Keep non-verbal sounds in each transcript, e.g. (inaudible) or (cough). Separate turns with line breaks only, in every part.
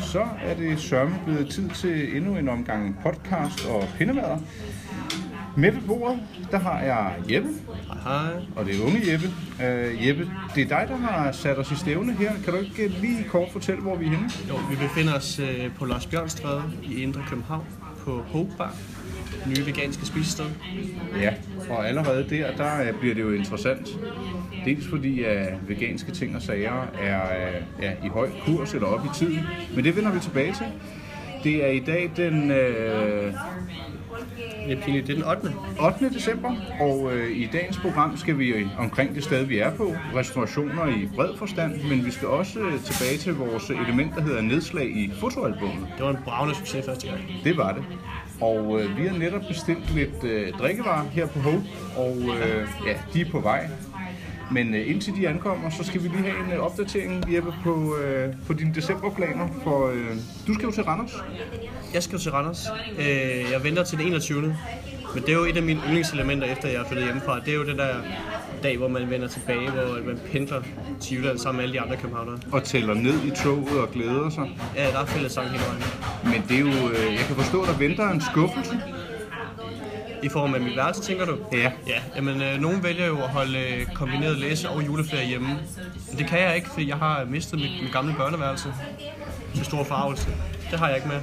så er det sørme blevet tid til endnu en omgang podcast og pindemader. Med ved bordet, der har jeg Jeppe,
Hej.
og det er unge Jeppe. Øh, Jeppe, det er dig, der har sat os i stævne her. Kan du ikke øh, lige kort fortælle, hvor vi er henne?
Jo, vi befinder os øh, på Lars Bjørnstræde i Indre København på Hope Bar, nye veganske spisested.
Ja, og allerede der, der øh, bliver det jo interessant. Dels fordi øh, veganske ting og sager er øh, ja, i høj kurs eller op i tiden, men det vender vi tilbage til. Det er i dag den øh,
Det er pinligt, det er den 8.
8. december, og øh, i dagens program skal vi omkring det sted, vi er på, restaurationer i bred forstand, men vi skal også øh, tilbage til vores element, der hedder nedslag i fotoalbummet.
Det var en bravende succes første gang.
Det var det. Og øh, vi har netop bestilt lidt øh, drikkevarer her på Hope, og øh, ja, de er på vej. Men øh, indtil de ankommer, så skal vi lige have en øh, opdatering, Jeppe, på, øh, på dine decemberplaner, for øh, du skal jo til Randers.
Jeg skal jo til Randers. Øh, jeg venter til den 21. Men det er jo et af mine yndlingselementer, efter jeg er flyttet hjemmefra. Det er jo den der dag, hvor man vender tilbage, hvor man pendler til Jylland sammen med alle de andre københavnere.
Og tæller ned i toget og glæder sig.
Ja, der er fælles sang hele vejen.
Men det er jo, øh, jeg kan forstå, der venter en skuffelse.
I form af mit værelse, tænker du?
Ja.
Ja, jamen øh, nogen vælger jo at holde øh, kombineret læse- og juleferie hjemme. Men det kan jeg ikke, fordi jeg har mistet mit, mit gamle børneværelse. Til stor farvelse. Det har jeg ikke med.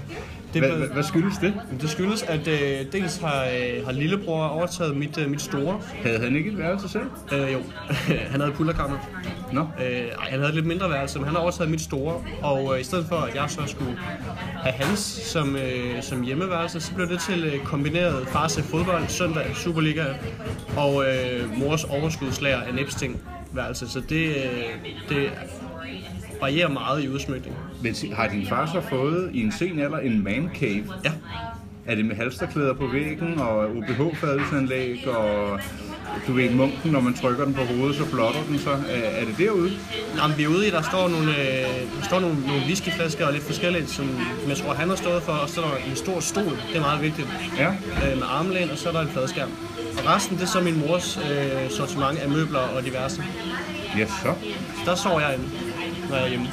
Det, er
Hvad, hvad,
blevet,
hvad skyldes det?
det skyldes, at øh, dels har, øh, har lillebror overtaget mit, øh, mit store.
Havde han ikke et værelse selv?
Øh, jo, (laughs) han havde pullerkammer.
Nå.
Øh, ej, han havde et lidt mindre værelse, men han har overtaget mit store. Og øh, i stedet for, at jeg så skulle have hans som, øh, som hjemmeværelse, så blev det til øh, kombineret far til fodbold, søndag, Superliga og øh, mors overskudslager af Nepsting værelse. Så det, øh, det varierer meget i udsmykning.
Men se, har din far så fået i en sen alder en man cave?
Ja,
Er det med halsterklæder på væggen og OBH-fadelsanlæg og du ved, munken, når man trykker den på hovedet, så blotter den så. Er, er det derude?
Nå, men vi er ude i, der står nogle, øh, der står nogle, nogle whiskyflasker og lidt forskelligt, som som jeg tror, han har stået for. Og så er der en stor stol, det er meget vigtigt.
Ja.
øh, med armlæn, og så er der en fladskærm. Og resten, det er så min mors øh, sortiment af møbler og diverse.
Ja, så.
Der sover jeg inde, når jeg er hjemme.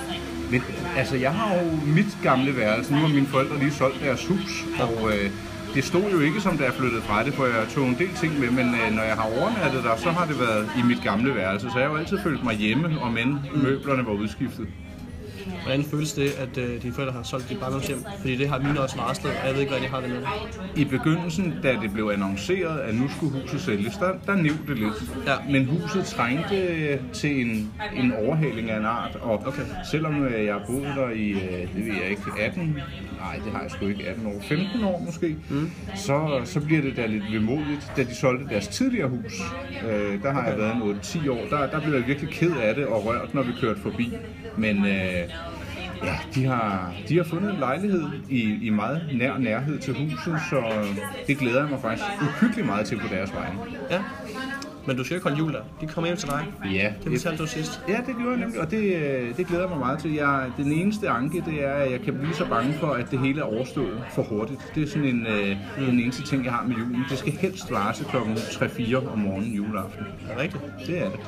Men, altså, jeg har jo mit gamle værelse. Nu har mine forældre lige solgt deres hus, og øh, det stod jo ikke, som da jeg flyttede fra det, for jeg tog en del ting med, men øh, når jeg har overnattet der, så har det været i mit gamle værelse, så jeg har jo altid følt mig hjemme, om end møblerne var udskiftet.
Hvordan føles det, at øh, dine forældre har solgt dit barndomshjem? Fordi det har mine også varslet, og jeg ved ikke, hvordan jeg har det med det.
I begyndelsen, da det blev annonceret, at nu skulle huset sælges, der, der nævnte det lidt.
Ja.
Men huset trængte øh, til en, en overhaling af en art, og
Okay.
selvom øh, jeg har boet der i, øh, det ved jeg ikke, 18, nej det har jeg sgu ikke, 18 år, 15 år måske, mm. så, så bliver det da lidt vemodigt, da de solgte deres tidligere hus. Øh, der har jeg været en 8-10 år, der, der blev jeg virkelig ked af det og rørt, når vi kørte forbi. Men øh, Ja, de har, de har fundet en lejlighed i, i meget nær nærhed til huset, så øh, det glæder jeg mig faktisk uhyggeligt meget til på deres vegne.
Ja. Men du skal ikke holde jul der. De kommer hjem til dig.
Ja,
Det fortalte du sidst.
ja det gjorde jeg nemlig, og det, øh, det glæder jeg mig meget til. Jeg, den eneste anke, det er, at jeg kan blive så bange for, at det hele er overstået for hurtigt. Det er sådan en, øh, den eneste ting, jeg har med julen. Det skal helst vare til kl. 3-4 om morgenen juleaften.
Er det rigtigt?
Det er det.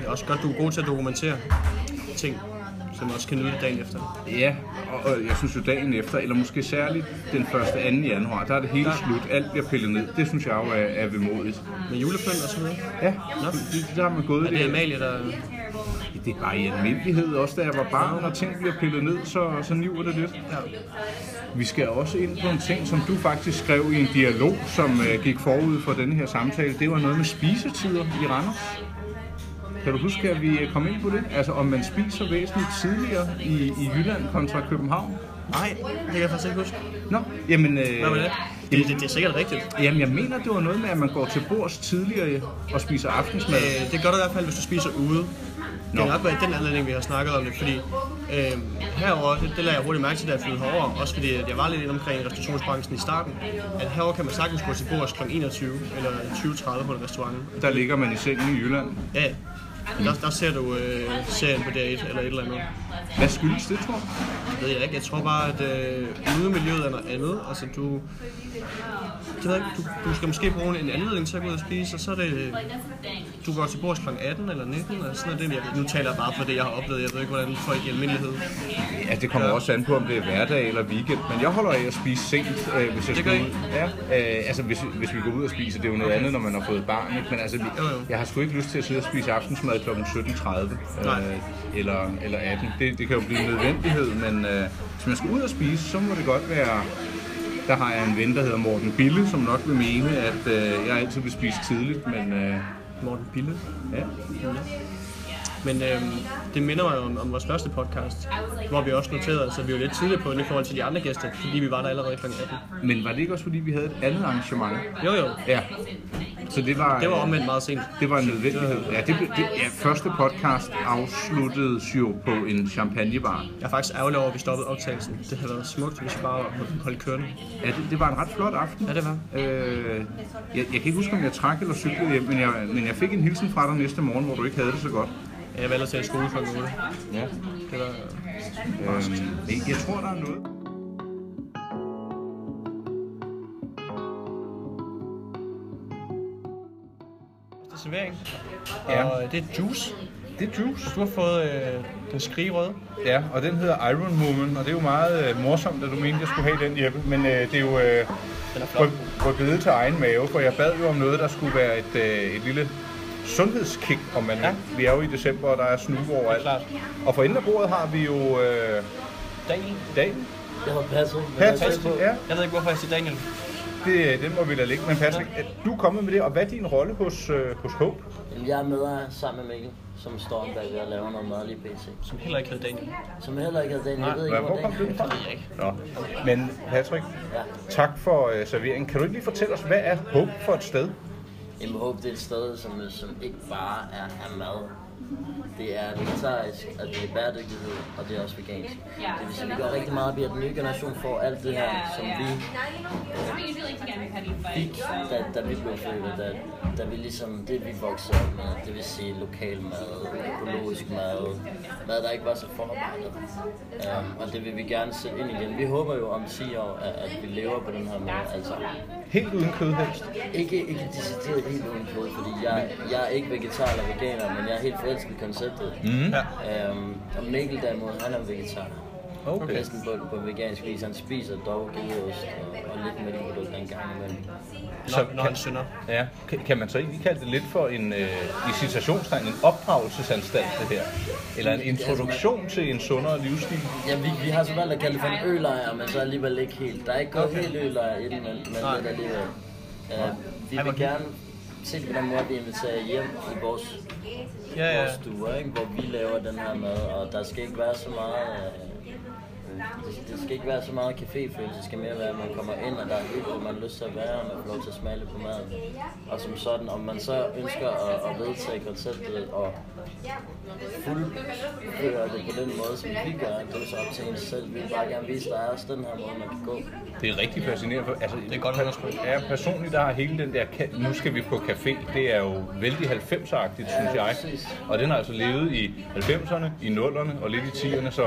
Det er også godt, du er god til at dokumentere ting, som også kan nyde dagen efter.
Ja, og, og jeg synes jo dagen efter, eller måske særligt den 1. 2. januar, der er det hele slut. Alt bliver pillet ned. Det synes jeg jo er, er vemodigt.
Med julepynt og så videre.
Ja, det, der har man gået
Er det Amalie, der...
det er bare i almindelighed. Også da jeg var barn, og ting bliver pillet ned, så, så niver det lidt.
Ja.
Vi skal også ind på en ting, som du faktisk skrev i en dialog, som øh, gik forud for denne her samtale. Det var noget med spisetider i Randers. Kan du huske, at vi øh, kom ind på det? Altså, om man spiser væsentligt tidligere i, i Jylland kontra København?
Nej, det kan jeg faktisk ikke huske.
Nå, jamen... Øh,
Hvad var det? Det, det, det er sikkert rigtigt.
Jamen, jeg mener, det var noget med, at man går til bords tidligere og spiser aftensmad.
Øh, det gør du i hvert fald, hvis du spiser ude. Det
Nå.
har nok været i den anledning, vi har snakket om det, fordi øh, herover det, det lader jeg hurtigt mærke til, da jeg flyttede herover, også fordi at jeg var lidt inde omkring restaurationsbranchen i starten, at herover kan man sagtens gå til bords kl. 21 eller 20.30 på en restaurant.
Der ligger man i sengen i Jylland.
Ja, ja. der, der ser du øh, serien på DR1 eller et eller andet.
Hvad skyldes det, tror du?
ved jeg ikke. Jeg tror bare, at øh, udemiljøet er noget andet. Altså, du, jeg ved ikke, du, du skal måske bruge en anledning til at gå ud og spise, og så er det... øh, Du går til bords kl. 18 eller 19, og sådan er det. Jeg, nu taler jeg bare for det, jeg har oplevet. Jeg ved ikke, hvordan folk i almindelighed...
Ja, det kommer
Ja.
også an på, om det er hverdag eller weekend, men jeg holder af at spise sent, øh, hvis jeg skal
Det gør
ud. Ja, øh, altså hvis, hvis vi går ud og spiser, det er jo noget andet, når man har fået barn, ikke? men altså, vi,
Jo, jo.
jeg har sgu ikke lyst til at sidde og spise aftensmad kl. 17.30
Nej.
øh, eller, eller 18. Det, det kan jo blive en nødvendighed, men øh, hvis man skal ud og spise, så må det godt være... Der har jeg en ven, der hedder Morten Bille, som nok vil mene, at øh, jeg altid vil spise tidligt, men øh,
Morten Bille.
ja,
Men øhm, det minder mig om, om vores første podcast, hvor vi også noterede, altså vi var lidt tidligere på den i forhold til de andre gæster, fordi vi var der allerede kl. 18.
Men var det ikke også, fordi vi havde et andet arrangement?
Jo jo,
Ja. Så det var...
det var omvendt meget sent.
Det var en nødvendighed. Ja, det, blev- det, ja, første podcast afsluttedes jo på en champagnebar.
Jeg er faktisk ærgerlig over, at vi stoppede optagelsen. Det havde været smukt, hvis vi bare holdt- holdt kørende.
Ja, det, det var en ret flot aften.
Ja, det var.
Øh, jeg, jeg kan ikke huske, om jeg trak eller cyklede hjem, men jeg, men jeg fik en hilsen fra dig næste morgen, hvor du ikke havde det så godt.
Jeg valgte at tage i skole kl. 8.
Ja.
Det var...
Øh, men jeg tror, der er noget.
Det er servering.
Ja.
Og øh, det er juice.
Det er juice.
Du har fået øh, den skrigerøde.
Ja, og den hedder Iron Woman, og det er jo meget øh, morsomt, at du mente, jeg skulle have den, Jeppe. Men øh, det er jo øh,
Den er flot.
ryk- rykket til egen mave, for jeg bad jo om noget, der skulle være et, øh, et lille sundhedskick, om man ja.
Ja.
Vi er jo i december, og der er snuve overalt.
Klart.
Og for enden af bordet har vi jo øh,
Daniel.
dag.
Jeg var passet. men
Passet,
jeg var
ja.
Jeg ved ikke, hvorfor jeg siger Daniel.
Det, øh, den må vi lade ligge, men Patrick, at du er kommet med det, og hvad er din rolle hos, øh, hos Hope?
Jamen, Jeg er med øh, sammen med Mikkel, som står bag ved at lave noget mad lige pt.
Som heller ikke hedder Daniel.
Som heller ikke er den, jeg ved ikke,
Hvor kom
det
den fra?
er.
ved jeg ikke.
Nå. Men Patrick,
Ja.
tak for øh, serveringen. Kan du ikke lige fortælle os, hvad er Hope for et sted?
Jamen, Hope, det er et sted, som, øh, som ikke bare er, er mad. Det er vegetarisk, og det er bæredygtighed, og det er også vegansk. Det vil sige, vi går rigtig meget op i, at den nye generation får alt det her, som vi
usually together, Penny, but. um,
fik, da, da vi blev født, og da, da vi ligesom, det vi voksede op med, det vil sige lokal mad, økologisk mad, mad der ikke var så forarbejdet. Um, og det vil vi gerne sætte ind igen. Vi håber jo om 10 år, at, at vi lever på den her måde, altså
Helt uden kødhest.
ikke, ikke decideret helt uden kød, fordi jeg, jeg er ikke vegetar eller veganer, men jeg er helt forelsket i konceptet.
Mhm.
Mm. Ja. Øhm, og Mikkel derimod, han er vegetar. Okay. Næsten på, på vegansk vis. Han spiser dog gedeost og, og lidt mælkeprodukt en gang imellem.
Så
Når, når han synder.
Ja, kan, kan man så ikke kalde det lidt for en, øh, i citationstegn, en opdragelsesanstalt det her? Eller en introduktion til en sundere livsstil?
Ja, vi, vi har så valgt at kalde det for en ølejr, men så alligevel ikke helt. Der er ikke gået helt ølejr i den, men, men
Nej.
lidt alligevel. Uh, vi
Ej, hvor
vil gerne se på den måde, vi inviterer hjem i vores,
Ja, ja.
vores stuer, ikke? hvor vi laver den her mad, og der skal ikke være så meget... øh, det- det skal ikke være så meget caféfølelse, det skal mere være, at man kommer ind, og der er hyggeligt, man har lyst til at være, og man får lov til at smage lidt på maden. Og som sådan, om man så ønsker at, at vedtage konceptet og fuldføre det på den måde, som vi gør, det er så op til en selv. Vi vil bare gerne vise, at der er også den her måde, man kan gå.
Det er rigtig fascinerende. For, altså, det
er godt underskud.
Ja, personligt der har hele den der, ka- nu skal vi på café, det er jo vældig 90'er-agtigt, synes jeg.
præcis.
Og den har altså levet i 90'erne, i 0'erne og lidt i 10'erne, så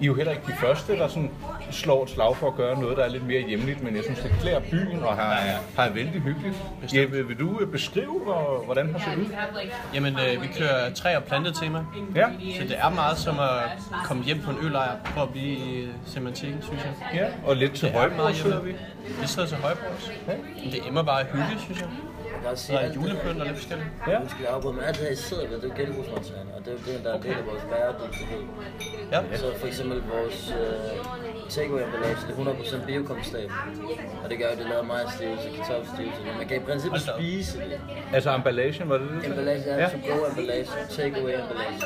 I er jo heller ikke de første, der sådan slår et slag for at gøre noget, der er lidt mere hjemligt, men jeg synes, det klæder byen og har, har er vældig hyggeligt. Jeppe, vil du øh, beskrive, hvor, hvordan det ser ud?
Jamen, øh, vi kører træ- og plantetema.
Ja.
Så det er meget som at komme hjem på en ølejr for at blive i øh, semantikken, synes jeg.
Ja, og lidt til
Det er
højbord
meget
sidder vi.
hjemme. Vi sidder til højbrugs. Men det emmer bare af hygge, synes jeg.
Jeg kan også
Der
sige,
er
alt det her-
julepynt og lidt forskelligt.
Ja.
Undskyld, jeg afbryder, men alt det her, I sidder ved, det er genbrugsmaterialer, og det er jo det, der er en del af vores bæredygtighed.
Ja.
Så for eksempel vores øh, takeaway-emballage, det er 100% biokompostabel. Og det gør, at det laver majsstivelse, kartoffelstivelse, men man kan i princippet
Hold da op.
spise det.
Altså emballagen var det det?
Emballage er
Ja.
ja. to-go-emballage, takeaway-emballage.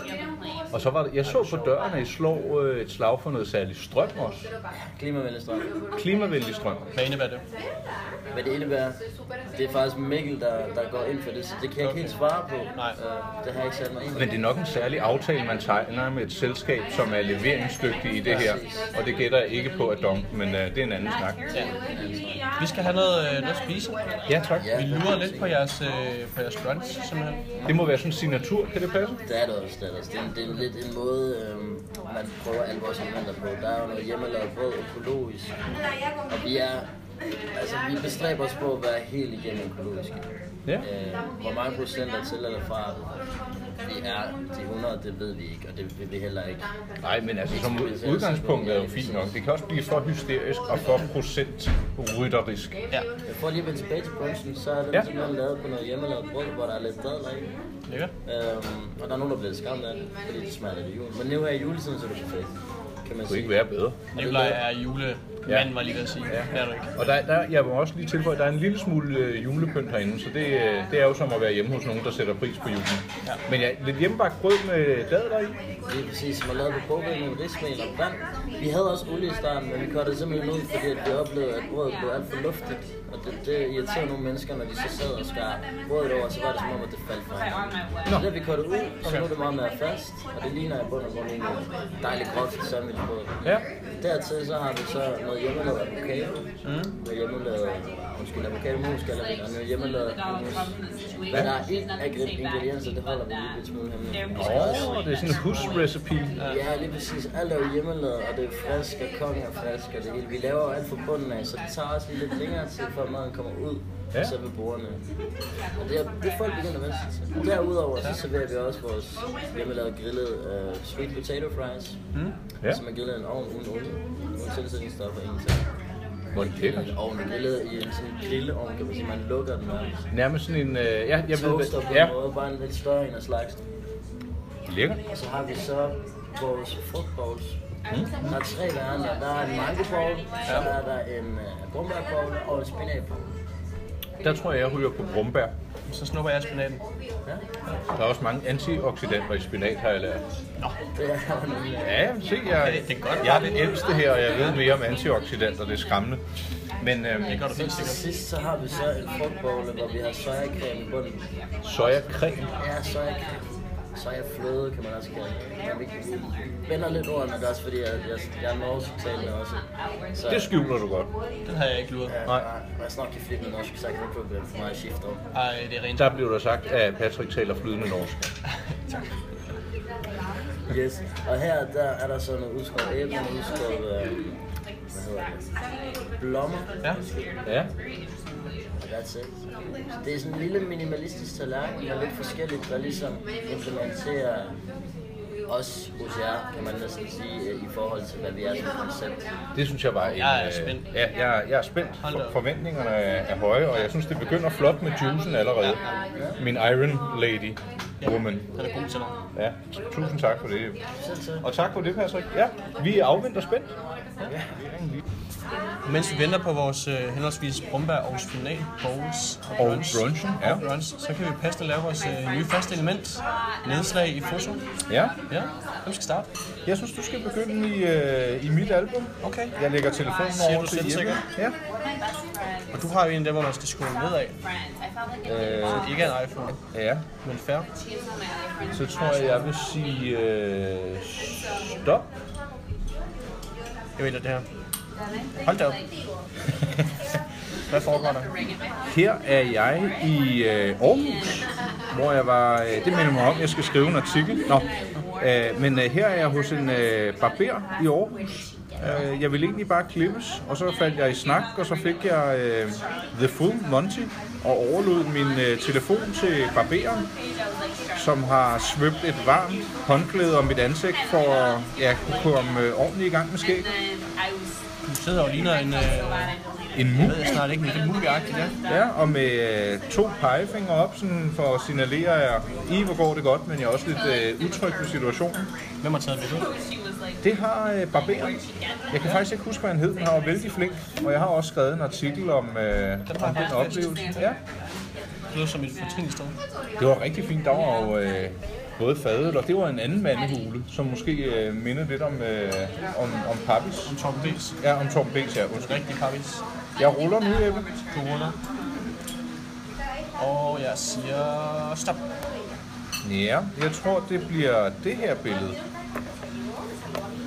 Og så var det, jeg så på døren, at I slår øh, et slag for noget særligt strøm også.
Klimavenlig strøm.
Klimavenlig strøm.
Hvad indebærer det?
Hvad det indebærer, det er faktisk Mikkel, der, der går ind for det, så det kan jeg ikke helt svare på.
Nej.
Øh, det har jeg ikke sat mig ind i.
Men det er nok en særlig aftale, man tegner med et selskab, som er leveringsdygtig i det her. Og det gætter jeg ikke på at Dong, men øh, det er en anden snak.
Vi skal have noget, øh, noget at spise.
Ja, tak.
Ja.
Vi lurer lidt på jeres, øh, på jeres brunch, simpelthen.
Det må være sådan en signatur, kan det passe?
Det er det også, det er det også. Det er, en- det er lidt en måde, øhm, man prøver alle vores elementer på. Der er jo noget hjemmelavet brød, økologisk. Og vi er, altså vi bestræber os på at være helt igennem økologiske.
Ja.
Øh, hvor mange procent er til eller fra, vi er de 100, det ved vi ikke, og det vil vi heller ikke.
Nej, men altså som udgangspunkt er jo fint nok. Det kan også blive for hysterisk og for procentrytterisk.
Ja,
Men for lige at vende tilbage til brunchen, så er den
Ja.
ja. simpelthen lavet på noget hjemmelavet brød, hvor der er lidt dadler i.
lækkert.
Øhm, og der er nogen, der bliver lidt skræmt af det, fordi det smager lidt af jul. Men nu her i juletiden, så er det perfekt, kan man
Det kunne ikke
sige.
være bedre.
Nikolaj er julemand, var jeg lige ved at sige. Det er du ikke.
Og der, der, jeg vil også lige tilføje, at der er en lille smule øh, julepynt herinde, så det, øh, det er jo som at være hjemme hos nogen, der sætter pris på julen. Ja. Men ja, lidt hjemmebagt brød med dadler i.
Det er præcis som at lave på bogen med rismel og vand. Vi havde også olie i starten, men vi kørte det simpelthen ud, fordi at vi oplevede, at brødet blev alt for luftigt. Og det, det irriterer nogle mennesker, når de så sad og skar brødet over, så var det som om, at det faldt fra hinanden. Så det har vi kørt ud, og så nu er det meget mere fast, og det ligner i bund og grund en dejlig groft sandwichbrød.
Ja.
Dertil så har vi så noget hjemmelavet avocado, noget hjemmelavet, undskyld, avocado mousse, kalder vi det, og noget hjemmelavet hummus. Hvad der er i af grimt ingredienser, det holder vi lige lidt smule hemmeligt.
Åh, oh, det er sådan en husrecipe.
Ja, lige præcis. Alt er jo hjemmelavet, og det er frisk, og kongen er frisk, og det hele. Vi laver jo alt fra bunden af, så det tager også lige lidt længere tid, før maden kommer ud.
Ja.
Ja. Og så ved bordene. Og det er, det er folk begynder at vende sig til. Derudover så serverer vi også vores hjemmelavede grillede uh, sweet potato fries, mm.
Ja.
som er grillet i en ovn uden olie, uden tilsætningsstoffer og ingenting.
Hvor lækkert.
En ovn er grillet i en sådan en grilleovn, kan man sige, man lukker den op.
Nærmest sådan en... Øh, ja, jeg ved,
Toaster
hvad-
på
ja,
en måde, bare en lidt større en af slagsen.
lækkert.
Og så har vi så vores frugtbowls. Mm. Der er tre varianter. Der er en mango bowl, så er der en uh, brumbær bowl og en spinat bowl.
Der tror jeg, jeg ryger på brumbær.
Så snupper jeg spinaten.
Ja,
Der er også mange antioxidanter i spinat, har jeg lært.
det er jo en, øh,
Ja, se, jeg,
det er godt.
jeg er den ældste her, og jeg ved mere om antioxidanter. Det er skræmmende. Men øhm,
Det gør du helt
Til
sikkert.
sidst så har vi så en frugtbowl, hvor vi har sojacreme i bunden.
sojacreme,
Ja, sojacreme. Sojafløde kan man også kalde det. Men vi vender lidt ordene, det er også fordi, jeg, jeg, jeg er norsktalende også. Så,
det skjuler du godt.
Den havde jeg ikke luret.
Ja, og jeg snakker ikke flittigt med norsk, så jeg kan ikke blive for meget skiftet om.
Ej, det er rent.
Der blev der sagt, at Patrick taler flydende norsk.
Yes. Og her der er der sådan noget udskåret æble, noget udskåret, øh, hvad hedder det, blommer,
Ja.
Ja,
og that's it. Så det er sådan en lille minimalistisk tallerken, der er lidt forskelligt, der ligesom implementerer os hos jer, kan man næsten sige, øh, i forhold til, hvad vi er som koncept.
det synes jeg var en...
Jeg er
øh,
spændt.
Ja, jeg, jeg er spændt.
Hold da op.
Forventningerne er er høje, og jeg synes, det begynder flot med juicen allerede. Min Iron Lady Woman.
Den er god til dig.
Ja, tusind tak for det.
Selv tak.
Og tak for det, Patrick. Ja, vi afventer spændt.
Mens vi venter på vores øh, henholdsvis brumbær og spinat, bowls og
Og
brunch,
brunchen,
og
ja.
brunch, så kan vi passende lave vores øh, nye faste element, nedslag i foto.
Ja,
Ja, hvem skal starte?
jeg synes, du skal begynde i, øh, i mit album.
Okay.
Jeg lægger telefonen
Siger
over
du
til Jeppe.
selvsikker?
Ja.
Og du har jo en af dem, hvor man skal skrue ned af.
Øh,
Ikke en iPhone,
ja,
men fair.
så tror jeg, jeg vil sige øh, stop.
Jeg vælger det her. Hold da op. Hvad foregår der?
Her er jeg i øh, Aarhus, hvor jeg var... Øh, det minder mig om, jeg skal skrive en artikel. Nå, øh, men øh, her er jeg hos en øh, barber i Aarhus. Øh, jeg ville egentlig bare klippes, og så faldt jeg i snak, og så fik jeg øh, The Full Monty og overlod min øh, telefon til barberen, som har svøbt et varmt håndklæde om mit ansigt, for at jeg kunne komme øh, ordentligt i gang med skæg.
Du sidder og ligner en, øh,
En mumie.
jeg ved snart ikke, men det er muligagtigt, ja.
Ja, og med øh, to pegefingre op, sådan for at signalere, at i hvor går det godt, men jeg er også lidt øh, utryg på situationen.
Hvem har taget billedet?
Det har øh, barberen. Jeg kan faktisk ikke huske, hvad han hed, men han var vældig flink. Og jeg har også skrevet en artikel om, øh, om den oplevelse. Ja,
Det lyder som et fortrinligt sted.
det var rigtig fint. Der var jo øh, både fadet, og det var en anden mandehule, som måske øh, minder lidt om, øh, om, om Pappis.
Tom B's.
Ja, om Torben B's, ja, undskyld.
Rigtig Pappis.
Jeg ruller nu, Ebbe.
Du ruller. Og jeg siger stop.
Ja, jeg tror, det bliver det her billede.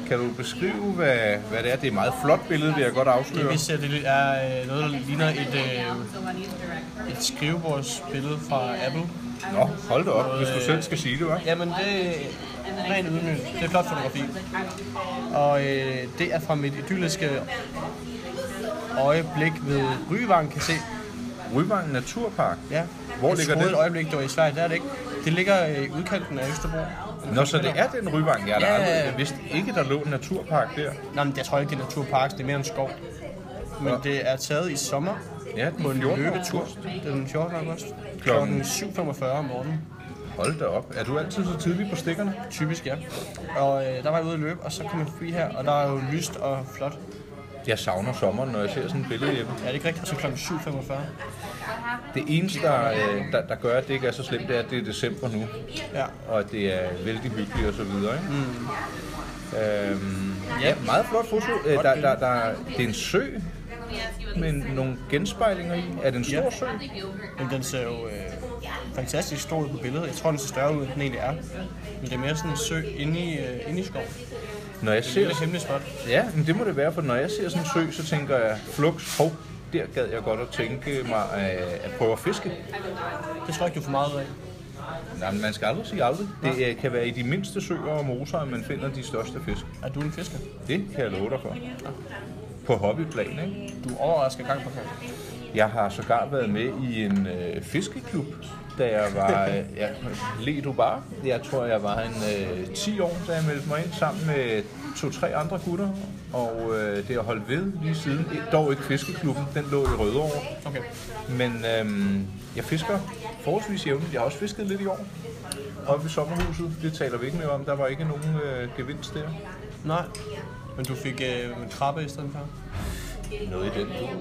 Kan du beskrive, hvad, hvad det er? Det er et meget flot billede, vil jeg godt
Det
afsløre.
vi ser, det er øh, noget, der ligner et, øh, et skrivebordsbillede fra Apple.
Nå, hold da op, hvis du selv skal sige det, hva'?
Jamen, det er ren ydmyg. Det er flot fotografi. Og øh, det er fra mit idylliske øjeblik ved Ryvang, kan se.
Ryvang Naturpark.
Ja.
Hvor
Jeg
ligger
troede
det?
et øjeblik, det var i Sverige. Det er det ikke. Det ligger øh, i udkanten af Østerbro.
Nå, så det er den Ryvang, jeg har da
Ja,
aldrig
ja, ja.
jeg vidste ikke, der lå en naturpark der.
Nå, men jeg tror ikke, det er naturpark. Det er mere en skov. Men
Ja.
det er taget i sommer
Ja,
på en
den 14.
løbetur.
august.
Det er den 14. august.
Klokken-
Klokken 7.45 om morgenen.
Hold da op. Er du altid så tidlig på stikkerne?
Typisk, ja. Og øh, der var jeg ude at løbe, og så kom jeg forbi her, og der er jo lyst og flot.
Jeg savner sommeren, når jeg ser sådan et billede hjemme.
Ja, det er ikke rigtigt. Og så klokken 7.45.
Det eneste, der, øh, der, der gør, at det ikke er så slemt, det er, at det er december nu.
Ja.
Og at det er vældig hyggeligt og så videre, ikke? Mm. Øhm, ja, meget flot foto. Øh, der, der, der, det er en sø med nogle genspejlinger i. Er det en stor
Ja.
sø?
Men den ser jo øh, fantastisk stor ud på billedet. Jeg tror, den ser større ud, end den egentlig er. Men det er mere sådan en sø inde i, øh, inde i skoven.
Når jeg
Det er et
ser
hemmeligt spot.
Ja, men det må det være, for når jeg ser sådan en sø, så tænker jeg, flux, hov, der gad jeg godt at tænke mig øh, at prøve at fiske.
Det tror jeg ikke, du får meget ud af.
Nej, men man skal aldrig sige aldrig. Det øh, kan være i de mindste søer og moser, at man finder de største fisk.
Er du en fisker?
Det kan jeg love dig for. På hobbyplan, ikke?
Du overrasker gang på gang.
Jeg har sågar været med i en øh, fiskeklub, da jeg var... Øh, ja, led du bare? Jeg tror, jeg var en øh, 10 år, da jeg meldte mig ind sammen med to-tre andre gutter. Og øh, det har holdt ved lige siden. Dog ikke fiskeklubben, den lå i Rødovre.
Okay.
Men øhm, jeg fisker forholdsvis jævnligt. Jeg har også fisket lidt i år. Oppe i sommerhuset, det taler vi ikke mere om. Der var ikke nogen øh, gevinst der.
Nej. Men du fik øh, en krabbe i stedet for?
Noget i den du.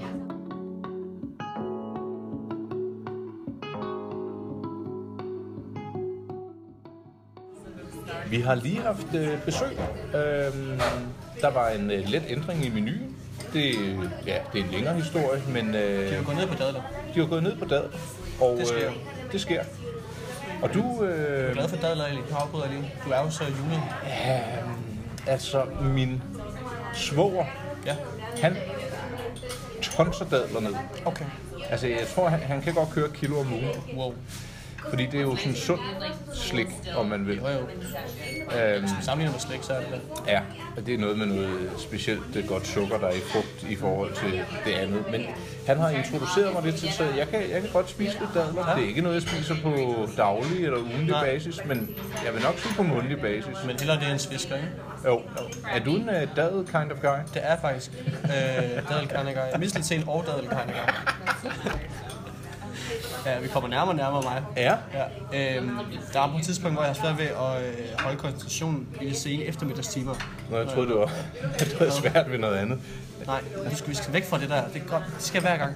Vi har lige haft øh, besøg. Øhm, der var en øh, let ændring i menuen. Det, ja, det er en længere historie, men... Øh,
Du kan gå ned på dadler.
de var gået ned på dad, og
Det sker.
Øh, det sker. Og du, øh,
Glad for dadler, Eli. Nu afbryder jeg lige. Du er jo så juni.
altså min svoger,
Ja.
han tonser dadler ned.
Okay.
Altså jeg tror, han, han kan godt køre et kilo om ugen,
Wow.
fordi det er jo sådan sund slik, om man vil.
Jo jo.
Øhm,
Sammenlignet med slik, så er det da.
Ja, og det er noget med noget specielt øh, godt sukker, der er i frugt i forhold til det andet. Men han har introduceret mig lidt til, så jeg kan, jeg kan godt spise lidt dadler. Det er ikke noget, jeg spiser på daglig eller ugenlig
Nej.
basis, men jeg vil nok sige på månedlig basis.
Men hellere det er en svisker, ikke?
Jo. Er du en uh, dad kind of guy?
Det er faktisk øh, dadelkarnikker. Mistelten og dadelkarnikker. ja, vi kommer nærmere og nærmere mig.
Ja.
Ja. Øhm, der er på et tidspunkt, hvor jeg har svært ved at øh, holde koncentrationen i de sene eftermiddagstimer.
Nå, jeg troede, det var, (laughs) det var svært ved noget andet.
Nej, vi skal, vi skal væk fra det der. Det, er godt. det skal hver gang.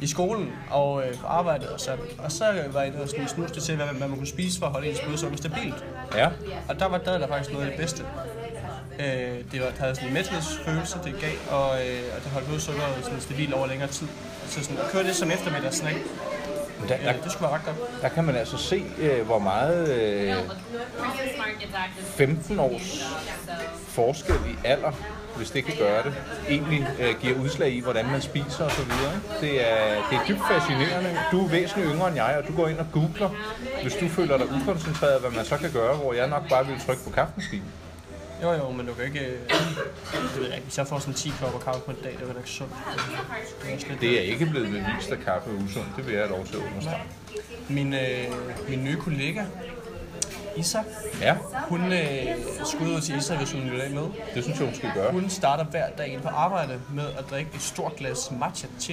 I skolen og øh, på arbejdet og sådan. Og så var jeg nede og sådan snuste til, hvad, hvad man kunne spise for at holde ens blodsummer stabilt.
Ja.
Og der var dadler faktisk noget af det bedste. Øh, det var, det havde sådan en mæthedsfølelse, det gav, og, øh, og det holdt blodsukkeret sådan stabilt over længere tid. Så sådan, at køre det som eftermiddagssnack, øh,
Men Der,
det
der,
skulle være ret godt.
der kan man altså se, øh, hvor meget øh,
Christmas market's active.
15 års forskel i alder, hvis det kan gøre det, egentlig øh, giver udslag i, hvordan man spiser og så videre. ikke? Det er, det er dybt fascinerende. Du er væsentligt yngre end jeg, og du går ind og googler, hvis du føler dig ukoncentreret, hvad man så kan gøre, hvor jeg nok bare vil trykke på kaffemaskinen.
Jo jo, men du kan ikke... Øh, det ved jeg ikke, hvis jeg får sådan 10 kopper kaffe på en dag, det var da ikke sundt. Det er også lidt-
Det er ikke blevet bevist, at kaffe er usundt. Det vil jeg have lov til at understrege.
Min, øh, min nye kollega, Isa,
Ja,
hun øh, skulle ud til Isa, hvis hun ville af med.
det synes jeg, hun skal gøre.
Hun starter hver dag inde på arbejde med at drikke et stort glas matcha te.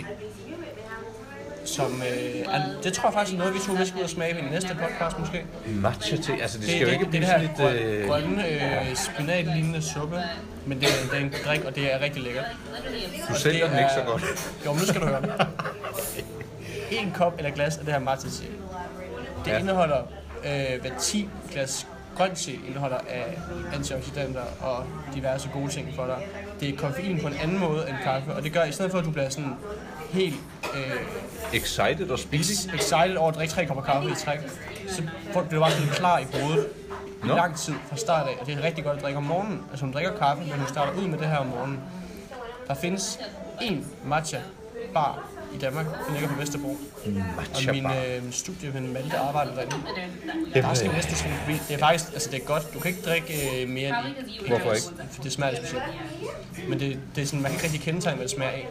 Som, øh, er, det tror jeg faktisk er noget, vi to vi skal ud og smage i næste podcast måske. Det,
Matcha te, altså det skal jo
det,
ikke
det,
blive
det her
sådan
grøn,
lidt... Øh...
grønne øh, spinatlignende suppe. Men det er, det er en drik, og det er rigtig lækkert.
Du sælger den
det
ikke så
er-
godt.
Jo, men nu skal du høre. En kop eller glas af det her matcha te. Det
Ja.
ja. indeholder, øh, hvad 10 glas grønt te indeholder af antioxidanter og diverse gode ting for dig. Det er koffein på en anden måde end kaffe, og det gør, i stedet for at du bliver sådan helt øh,
Excited og speedy.
excited over at drikke tre kopper kaffe i træk, så får du det bare sådan klar i hovedet i
Nå.
lang tid fra start af. Og det er rigtig godt at drikke om morgenen. Altså hun drikker kaffe, men hun starter ud med det her om morgenen. Der findes én matcha bar i Danmark, den ligger på Vesterbro.
Matcha
Og min
bar.
øh, studieven Malte arbejder derinde. Der skal næsten sådan forbi. Det er faktisk, altså det er godt. Du kan ikke drikke øh, mere end i.
Hvorfor ikke?
For det smager lidt specielt. Men det, det er sådan, man kan ikke rigtig kendetegne, hvad det smager af.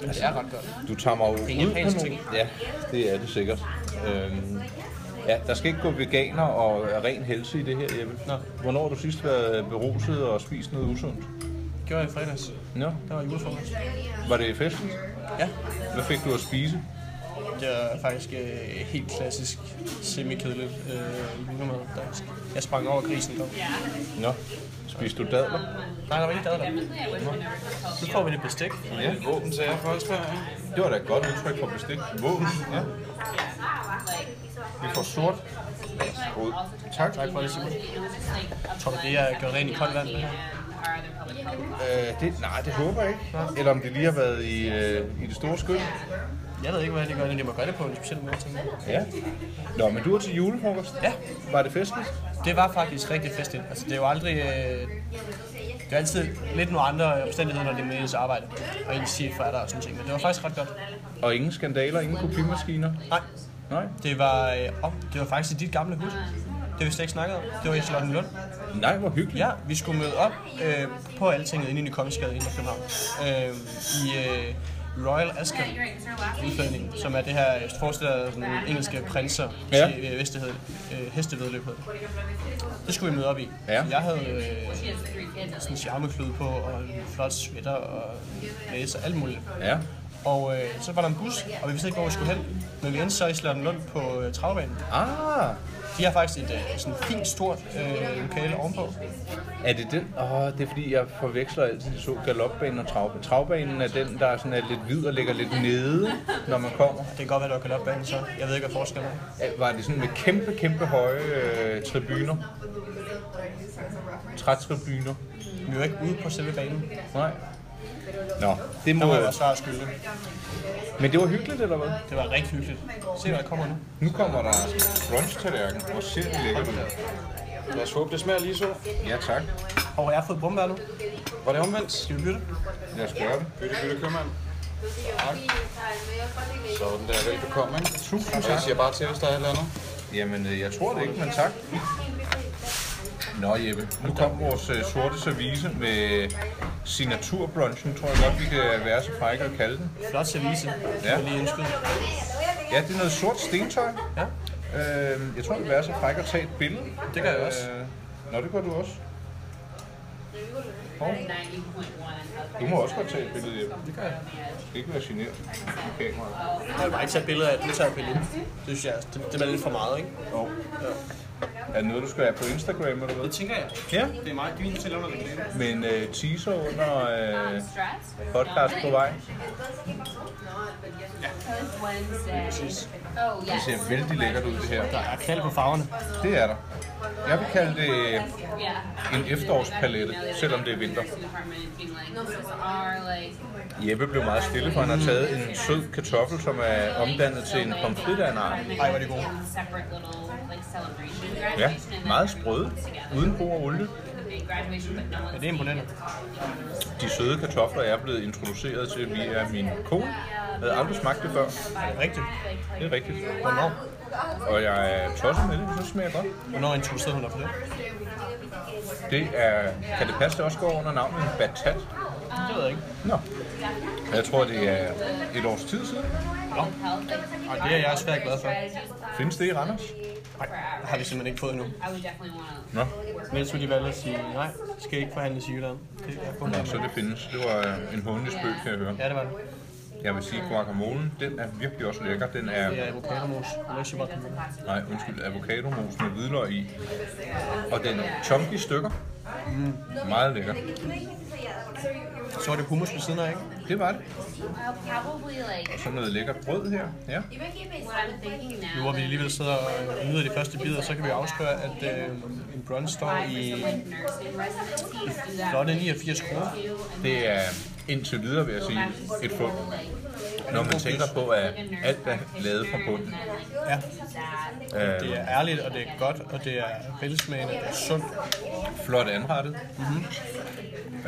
Men det er ret godt.
Du tager mig jo ud
en japansk
på
ting.
nogle- Ja, det er det sikkert. Øhm, ja, der skal ikke gå veganer og ren helse i det her, Jeppe.
Nå.
Hvornår har du sidst været beruset og spist noget usundt?
Det gjorde jeg i fredags.
Nå.
Der var julefrokost.
Var det festen?
Ja,
Hvad fik du at spise?
Det er faktisk øh, helt klassisk, semi-kedeligt øh, julemad. Der- Jeg sprang over grisen dog.
Nå. Spiste du dadler?
Nej, der var ikke dadler. Nu får vi lidt bestik.
Ja, våben sagde jeg først før. Det var da et godt udtryk for bestik. Våben, ja. Vi får sort. Skål. Tak.
Tak for det, Simon. Tror du, det er gjort rent i koldt vand? det her?
Øh, det, nej, det håber jeg ikke. Eller om det lige har været i, øh, i det store skyld.
Jeg ved ikke, hvad det gør, men de må gøre det på en speciel måde. tænker jeg.
Ja. Nå, men du var til julefrokost.
Ja.
Var det festligt?
Det var faktisk rigtig festligt. Altså, det er jo aldrig... Øh, det er altid lidt nogle andre omstændigheder, når det er med ens arbejde. Og ens chef er der og sådan ting. Men det var faktisk ret godt.
Og ingen skandaler, ingen kopimaskiner?
Nej,
Nej.
det var, øh, oh, det var faktisk i dit gamle hus. Det har vi slet ikke snakket om. Det var i Charlottenlund.
Nej, hvor hyggeligt.
Ja, vi skulle møde op øh, på Altinget inde i Kongesgade inde i København. Øh, I øh, Royal Ascot udklædning, som er det her, jeg forestiller sådan nogle engelske prinser
Ja.
ja. til øh, vestehed, øh, hestevedløb. hedder det. Det skulle vi møde op i.
Ja.
Jeg havde øh, sådan en charmeklude på, og en flot sweater og næse og alt muligt.
Ja.
Og øh, så var der en bus, og vi vidste ikke, hvor vi skulle hen. Men vi endte så i Slottenlund på øh, travbanen.
Ah,
De har faktisk et øh, sådan fint stort øh, lokale ovenpå.
er det den? Åh, det er fordi, jeg forveksler altid de to galopbanen og travbanen. Travbanen er den, der er sådan er lidt hvid og ligger lidt nede, når man kommer.
Det kan godt være, der var galopbanen så. Jeg ved ikke, hvad forskellen er.
Ja, Var det sådan med kæmpe, kæmpe høje øh, tribuner? Trætribuner?
Vi er jo ikke ude på selve banen.
Nej. Nå, det
Der
må...
må jeg også svare skyldig.
Men det var hyggeligt, eller hvad?
Det var rigtig hyggeligt. Se, hvad der kommer nu.
Nu kommer der brunch-tallerken. Hvor ser det lækkert ud.
Lad os håbe, det smager lige så.
Ja, tak.
Og jeg har fået bombevær nu.
Var det omvendt?
Skal vi bytte?
Lad os gøre det.
Bytte, bytte, købmand. Tak. Sådan der, velbekomme. Ikke? Tusind tak. Jeg siger bare til, hvis der er et eller andet.
Jamen, øh, jeg tror det ikke, men tak. Nå Jeppe, nu kom vores øh, sorte service med signaturbrunchen, tror jeg godt, vi kan være så frække at kalde den.
Flot service.
Ja.
Ja. Lige ønsket.
Ja, det er noget sort stentøj.
Ja.
Øh, jeg tror, vi vil være så frække at tage et billede.
Det gør jeg også.
Øh, nå, det gør du også. Hov. Du må også godt tage et billede, Jeppe. Det gør jeg. Du skal ikke være generet. Kameraet.
Jeg vil bare ikke tage billeder af det. Nu tager jeg billeder. Det synes jeg, det, det er lidt for meget, ikke?
Hov. Er det noget, du skal have på Instagram eller hvad?
Det tænker jeg.
Ja.
Det er mig. Du er nødt til at lave noget reklame.
Men øh, teaser under øh, podcast på vej. Det ser vældig lækkert ud, det her.
Der er knald på farverne.
Det er der. Jeg vil kalde det en efterårspalette, selvom det er vinter. Jeppe blev meget stille, for han har taget en sød kartoffel, som er omdannet til en pomfrit af en art.
Ej, hvor er de gode.
Ja, meget sprøde, uden brug af olie.
Ja, det er imponerende.
De søde kartofler er blevet introduceret til via min kone. Jeg havde aldrig smagt det før.
Rigtigt.
Det er rigtigt. Hvornår? Og jeg er tosset med det, så smager det godt.
Hvornår introducerede hun dig for det?
Det er, kan det passe, det også går under navnet en batat?
Det ved jeg ikke.
Nå. Jeg tror, det er et års tid siden.
Og det er jeg svært glad for.
Findes det i Randers?
Nej, det har vi simpelthen ikke fået endnu.
Nå,
Men så de valgte at sige, nej, det skal ikke forhandles i Jylland. Det er kun
Nå så det findes. Det var øh, en håndelig spøg, kan jeg høre.
Ja, det var det.
Jeg vil sige, guacamolen, den er virkelig også lækker. Den
Det er
er,
avocadomos. Eller chihuahua.
nej, undskyld, avocadomos med hvidløg i. Og den er chunky i stykker. Meget lækker.
Så er det hummus ved siden af, ikke?
Det var det.
Probably like
Og så noget lækkert brød her. Ja.
what I'm thinking
Nu
now.
hvor vi alligevel sidder og nyder de første bidder, så kan vi afsløre, at øh, en brunch står i flotte 89 kroner.
Det er indtil videre, vil jeg sige, et fund. når man tænker på, at alt er lavet fra bunden.
Ja.
Øh,
Det er ærligt, og det er godt, og det er velsmagende, og det er sundt.
flot anrettet. Mm-hmm.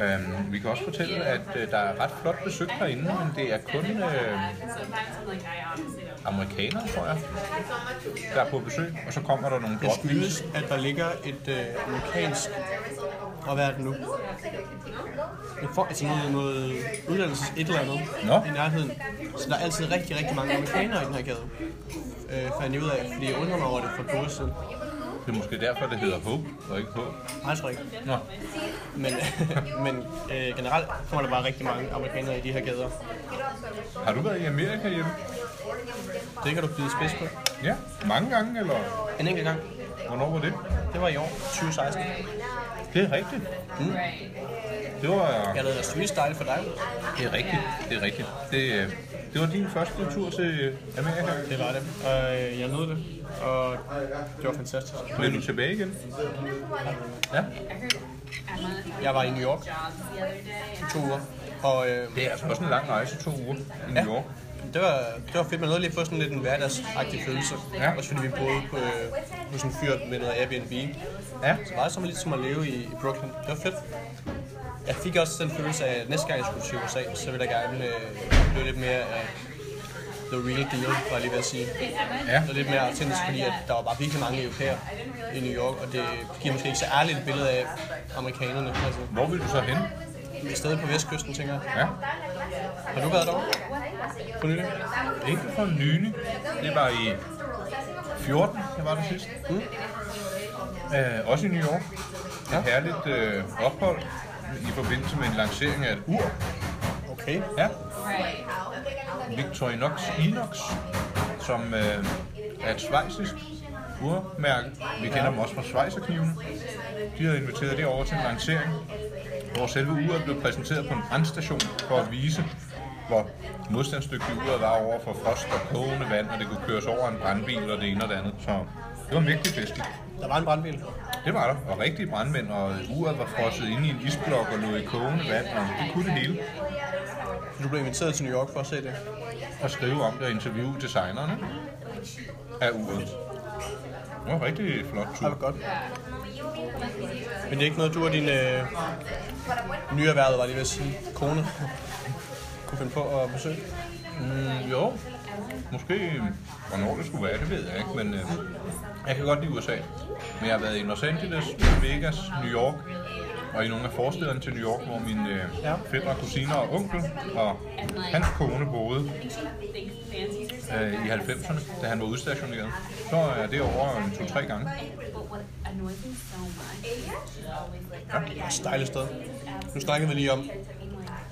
Øhm, vi kan også fortælle, at øh, der er ret flot besøgt herinde, men det er kun øh, amerikanere, tror jeg, der er på besøg. Og så kommer der nogle
Det
dropvis.
skyldes, at der ligger et øh, amerikansk, og hvad er det nu? Et for, altså noget, noget uddannelses et eller andet
Nå.
i nærheden. Så der er altid rigtig, rigtig mange amerikanere i den her gade. Øh, fandt jeg ud af, fordi jeg undrer mig over det for et par uger siden.
Det er måske derfor, det hedder Hope og ikke Hope.
Nej, jeg tror ikke.
Nå,
Men, (laughs) men øh, generelt kommer der bare rigtig mange amerikanere i de her gader.
har du været i Amerika hjemme?
Det kan du blive spids på.
Ja, mange gange, eller
En enkelt gang.
hvornår var det?
Det var i år, 2016.
Det er rigtigt.
Mm.
Det var...
Jeg lavede da street style for dig.
Det er rigtigt, det er rigtigt. Det, øh, det var din første tur til øh, Amerika.
Det var det. Og øh, jeg nåede det. Og det var fantastisk.
Vil du tilbage igen? Ja.
Jeg var i New York i to uger. Og øh,
Det er altså også en lang rejse, to uger i New York.
det, var, det var fedt, man nåede lige at få sådan lidt en hverdagsagtig følelse.
Ja.
Også fordi vi boede på, øh, hos en fyr med noget Airbnb.
Ja.
Så meget som lidt som at leve i, i Brooklyn. Det var fedt. Jeg fik også den følelse af, at næste gang jeg skulle til USA, så ville jeg gerne øh, blive lidt mere af the real deal, var jeg lige ved at sige.
Ja.
Det var lidt mere autentisk, fordi at der var bare virkelig mange europæer i New York, og det giver måske ikke så ærligt et billede af amerikanerne. Altså,
Hvor vil du så hen?
et sted på vestkysten, tænker jeg.
Ja.
Har du været derovre? På nylig?
Ikke for nylig. Det var i 14, jeg var der sidst. Mm. Øh, også i New York. Et herligt øh, ophold i forbindelse med en lancering af et ur.
Okay.
Ja. Victorinox Inox, som øh, er et svejsisk urmærke. Vi kender dem også fra Schweizerkniven. De havde inviteret det over til en lancering, hvor selve uret blev præsenteret på en brandstation for at vise, hvor modstandsdygtige uret var over for frost og kogende vand, og det kunne køres over en brandbil og det ene og det andet. Så det var en vigtig fest.
Der var en brandbil.
Det var der, og rigtige brandmænd, og uret var frosset inde i en isblok og lå i kogende vand, og det kunne det hele.
Så du blev inviteret til New York for at se det.
at skrive om det og interviewe designerne af uret. Det var en rigtig flot
Det var
tur.
godt. Men det er ikke noget, du og din øh, nyerhvervede, var jeg lige ved at sige, kone, (laughs) kunne finde på at besøge.
Mm, jo, måske hvornår det skulle være, det ved jeg ikke, men øh, jeg kan godt lide USA. Men jeg har været i Los Angeles, Las Vegas, New York, og i nogle af forstederne til New York, hvor mine øh,
Ja.
fædre, kusiner og onkel og hans kone boede øh, i 90'erne, da han var udstationeret. Så er det over en to-tre gange.
Dejligt sted. Nu snakkede vi lige om,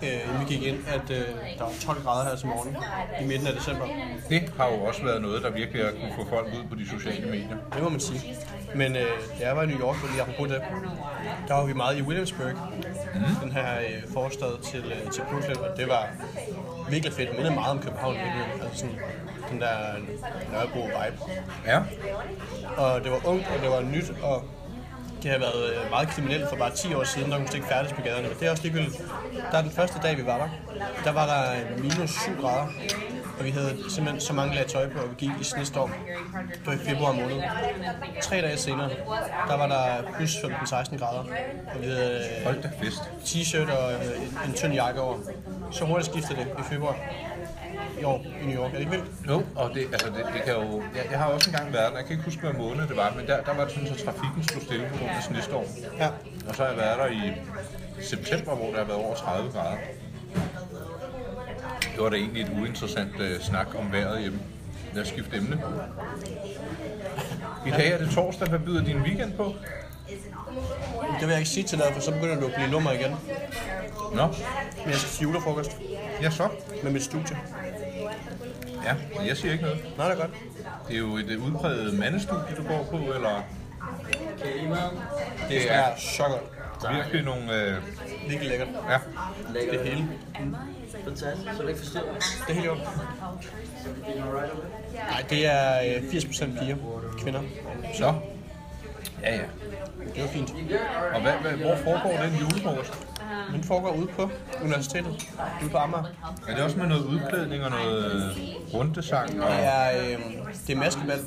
øh, inden vi gik ind, at øh, der var 12 grader her til morgen i midten af december.
Det har jo også været noget, der virkelig har kunne få folk ud på de sociale medier.
Det må man sige. Men øh, da jeg var i New York, og lige apropos det, der var vi meget i Williamsburg, mm. den her øh, forstad til, øh, til Brooklyn, og det var virkelig fedt. Det mindede meget om København, virkelig. Altså sådan, den der Nørrebro-vibe.
Ja,
Og det var ungt, og det var nyt, og det har været øh, meget kriminelt for bare 10 år siden, der kunne man ikke færdes på gaderne. Men det er også ligegyldigt. Der den første dag, vi var der, der var der minus 7 grader, og vi havde simpelthen så mange lag tøj på, og vi gik i snestorm. Det var i februar måned. Tre dage senere, der var der plus 15-16 grader, og vi havde øh,
hold da fest.
t-shirt og øh, en, en tynd jakke over. Så hurtigt skiftede det i februar i år i New York. Er det ikke vildt?
Jo, og det, altså det, det kan jo... Jeg, jeg har også engang været der, jeg kan ikke huske, hvad måned det var, men der, der var det sådan, at trafikken stod stille på grund af snestorm.
Ja.
Og så har jeg været der i september, hvor der har været over 30 grader. Det var da egentlig et uinteressant øh, snak om vejret hjemme. Lad os skifte emne. I dag er det torsdag. Hvad byder din weekend på?
Det vil jeg ikke sige til dig, for så begynder du at blive nummer igen.
Nå,
Men jeg skal til julefrokost
ja så.
med mit studie.
Ja, jeg siger ikke noget.
Nej, det er godt.
Det er jo et øh, udpræget mandestudie, du går på, eller
Det
Det
smager
er-
så godt.
virkelig nogle... Øh,
Virkelig lækkert.
ja,
Lækker.
Det hele.
Fantastisk. Så er du ikke forstyrret.
Det hele op. Nej, det er øh, 80% piger. Kvinder.
så. Ja, ja.
Det var fint.
Og hvad, hvad, hvor foregår den julefrokost?
Den foregår ude på universitetet, ude på Amager.
Er det også med noget udklædning og noget øh, rundesang? Og...
Det er, øh, det er maskebal,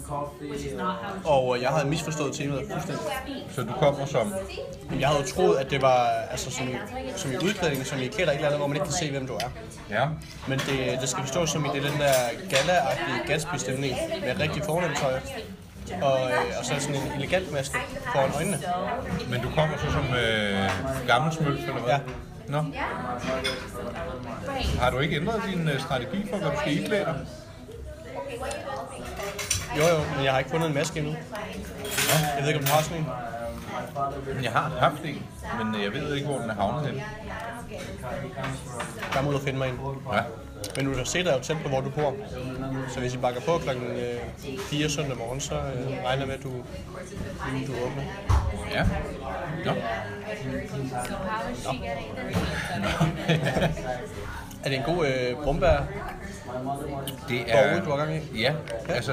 og øh, jeg havde misforstået temaet fuldstændig.
Så du kommer som...
Men Jeg havde troet, at det var altså, som, som i udklædning, som i klæder et eller andet, hvor man ikke kan se, hvem du er.
Ja.
Men det, det skal forstås som i det er den der gala-agtige Gatsby-stemning med rigtig fornemt tøj. Og, øh, og så sådan en elegant maske foran øjnene.
Men du kommer så som øh, gammel smølf, eller hvad?
Ja.
Nå. Har du ikke ændret din øh, strategi for, hvad du skal iklæde dig?
Jo jo, men jeg har ikke fundet en maske endnu. Jeg ved ikke, om du har sådan en.
Jeg har haft en, men øh, jeg ved ikke, hvor den er havnet henne.
Der må du finde mig en.
Ja.
Men universitetet er jo tæt på, hvor du bor. Så hvis I bakker på klokken øh, 4 søndag morgen, så øh, regner jeg med, at du, du åbner.
Ja. Nå.
Er det en god øh, brumbær?
(laughs) Det
Bowl, du har gang i?
Ja, altså...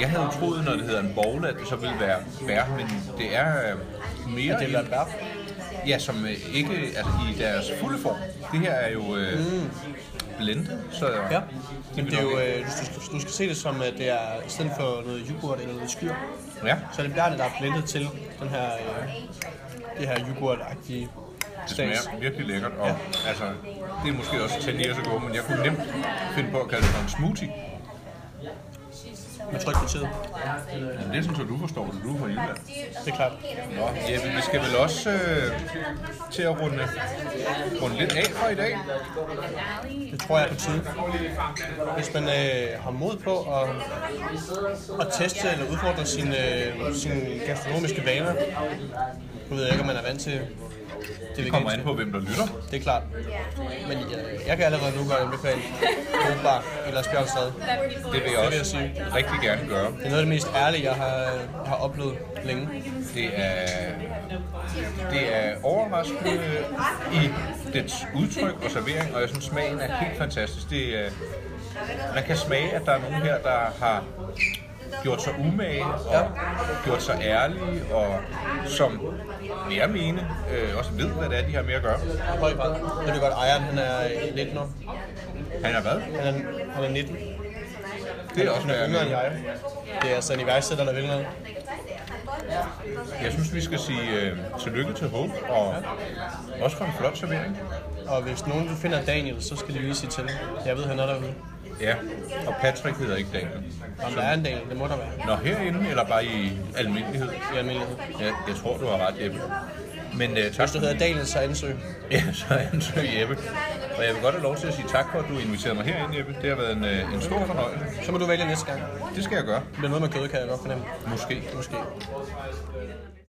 Jeg havde troet, når det hedder en bowl, at det så ville være bær, men det er øh, mere...
Er det
en-
Lert Berg?
Ja, som øh, ikke altså, i deres fulde form. Det her er jo øh, mm. blendet, så...
Ja.
vil
Men det er
nok
jo,
ikke-
øh, du, skal, du skal se det som, at det er i stedet for noget yoghurt eller noget skyr,
Ja,
så er det bærne, der er blendet til den her, øh, det her yoghurt-agtige
det
stats.
smager virkelig lækkert, og altså, det er måske også 10 years ago, men jeg kunne nemt finde på at kalde det for en smoothie.
Med tryk på tid.
Men det er sådan, så du forstår det, du er fra Jylland.
Det er klart.
Nå, Jeppe, vi skal vel også øh, til at runde, runde lidt af for i dag.
Det tror jeg er på tide. Hvis man øh, har mod på at, at teste eller udfordre sine, øh, sine gastronomiske vaner, nu ved jeg ikke, om man er vant til det
Det kommer an
veganske.
på, hvem der lytter.
Det er klart. Men øh, jeg, jeg kan allerede nu godt anbefale Hovedbar eller Spjørnstad.
Det vil jeg
vil jeg
også
sige.
rigtig gerne gøre.
Det er noget af det mest ærlige, jeg har, har oplevet længe.
Det er, det er overraskende i dets udtryk og servering, og jeg synes, smagen er helt fantastisk. Det er, man kan smage, at der er nogen her, der har gjort sig umage og gjort sig ærlige, og som vil jeg mene, øh, også ved, hvad det er, de har med at gøre.
Høj grad. Ved du godt, ejeren han er øh, 19 år.
Han har været.
Han er, han er 19.
Det er også, hvad
Han er
jeg
yngre end
mener.
jeg. Det er altså en iværksætter, der vil noget.
Jeg synes, vi skal sige øh, tillykke til Hope, og også for en flot servering.
Og hvis nogen finder Daniel, så skal de lige sige til. Jeg ved, han er derude.
Ja, og Patrick hedder ikke Daniel.
Om der er en Daniel, det må der være.
Nå, herinde, eller bare i almindelighed?
I almindelighed.
Jeg, jeg tror, du har ret, Jeppe. Men uh, tak,
Hvis du hedder Daniel, så ansøg.
Ja, så ansøg Jeppe. Og jeg vil godt have lov til at sige tak for, at du inviterede mig herind, Jeppe. Det har været en, øh, en stor fornøjelse.
Så må du vælge næste gang.
Det skal jeg gøre.
Det bliver noget med kød, kan jeg godt fornemme.
Måske.
Måske.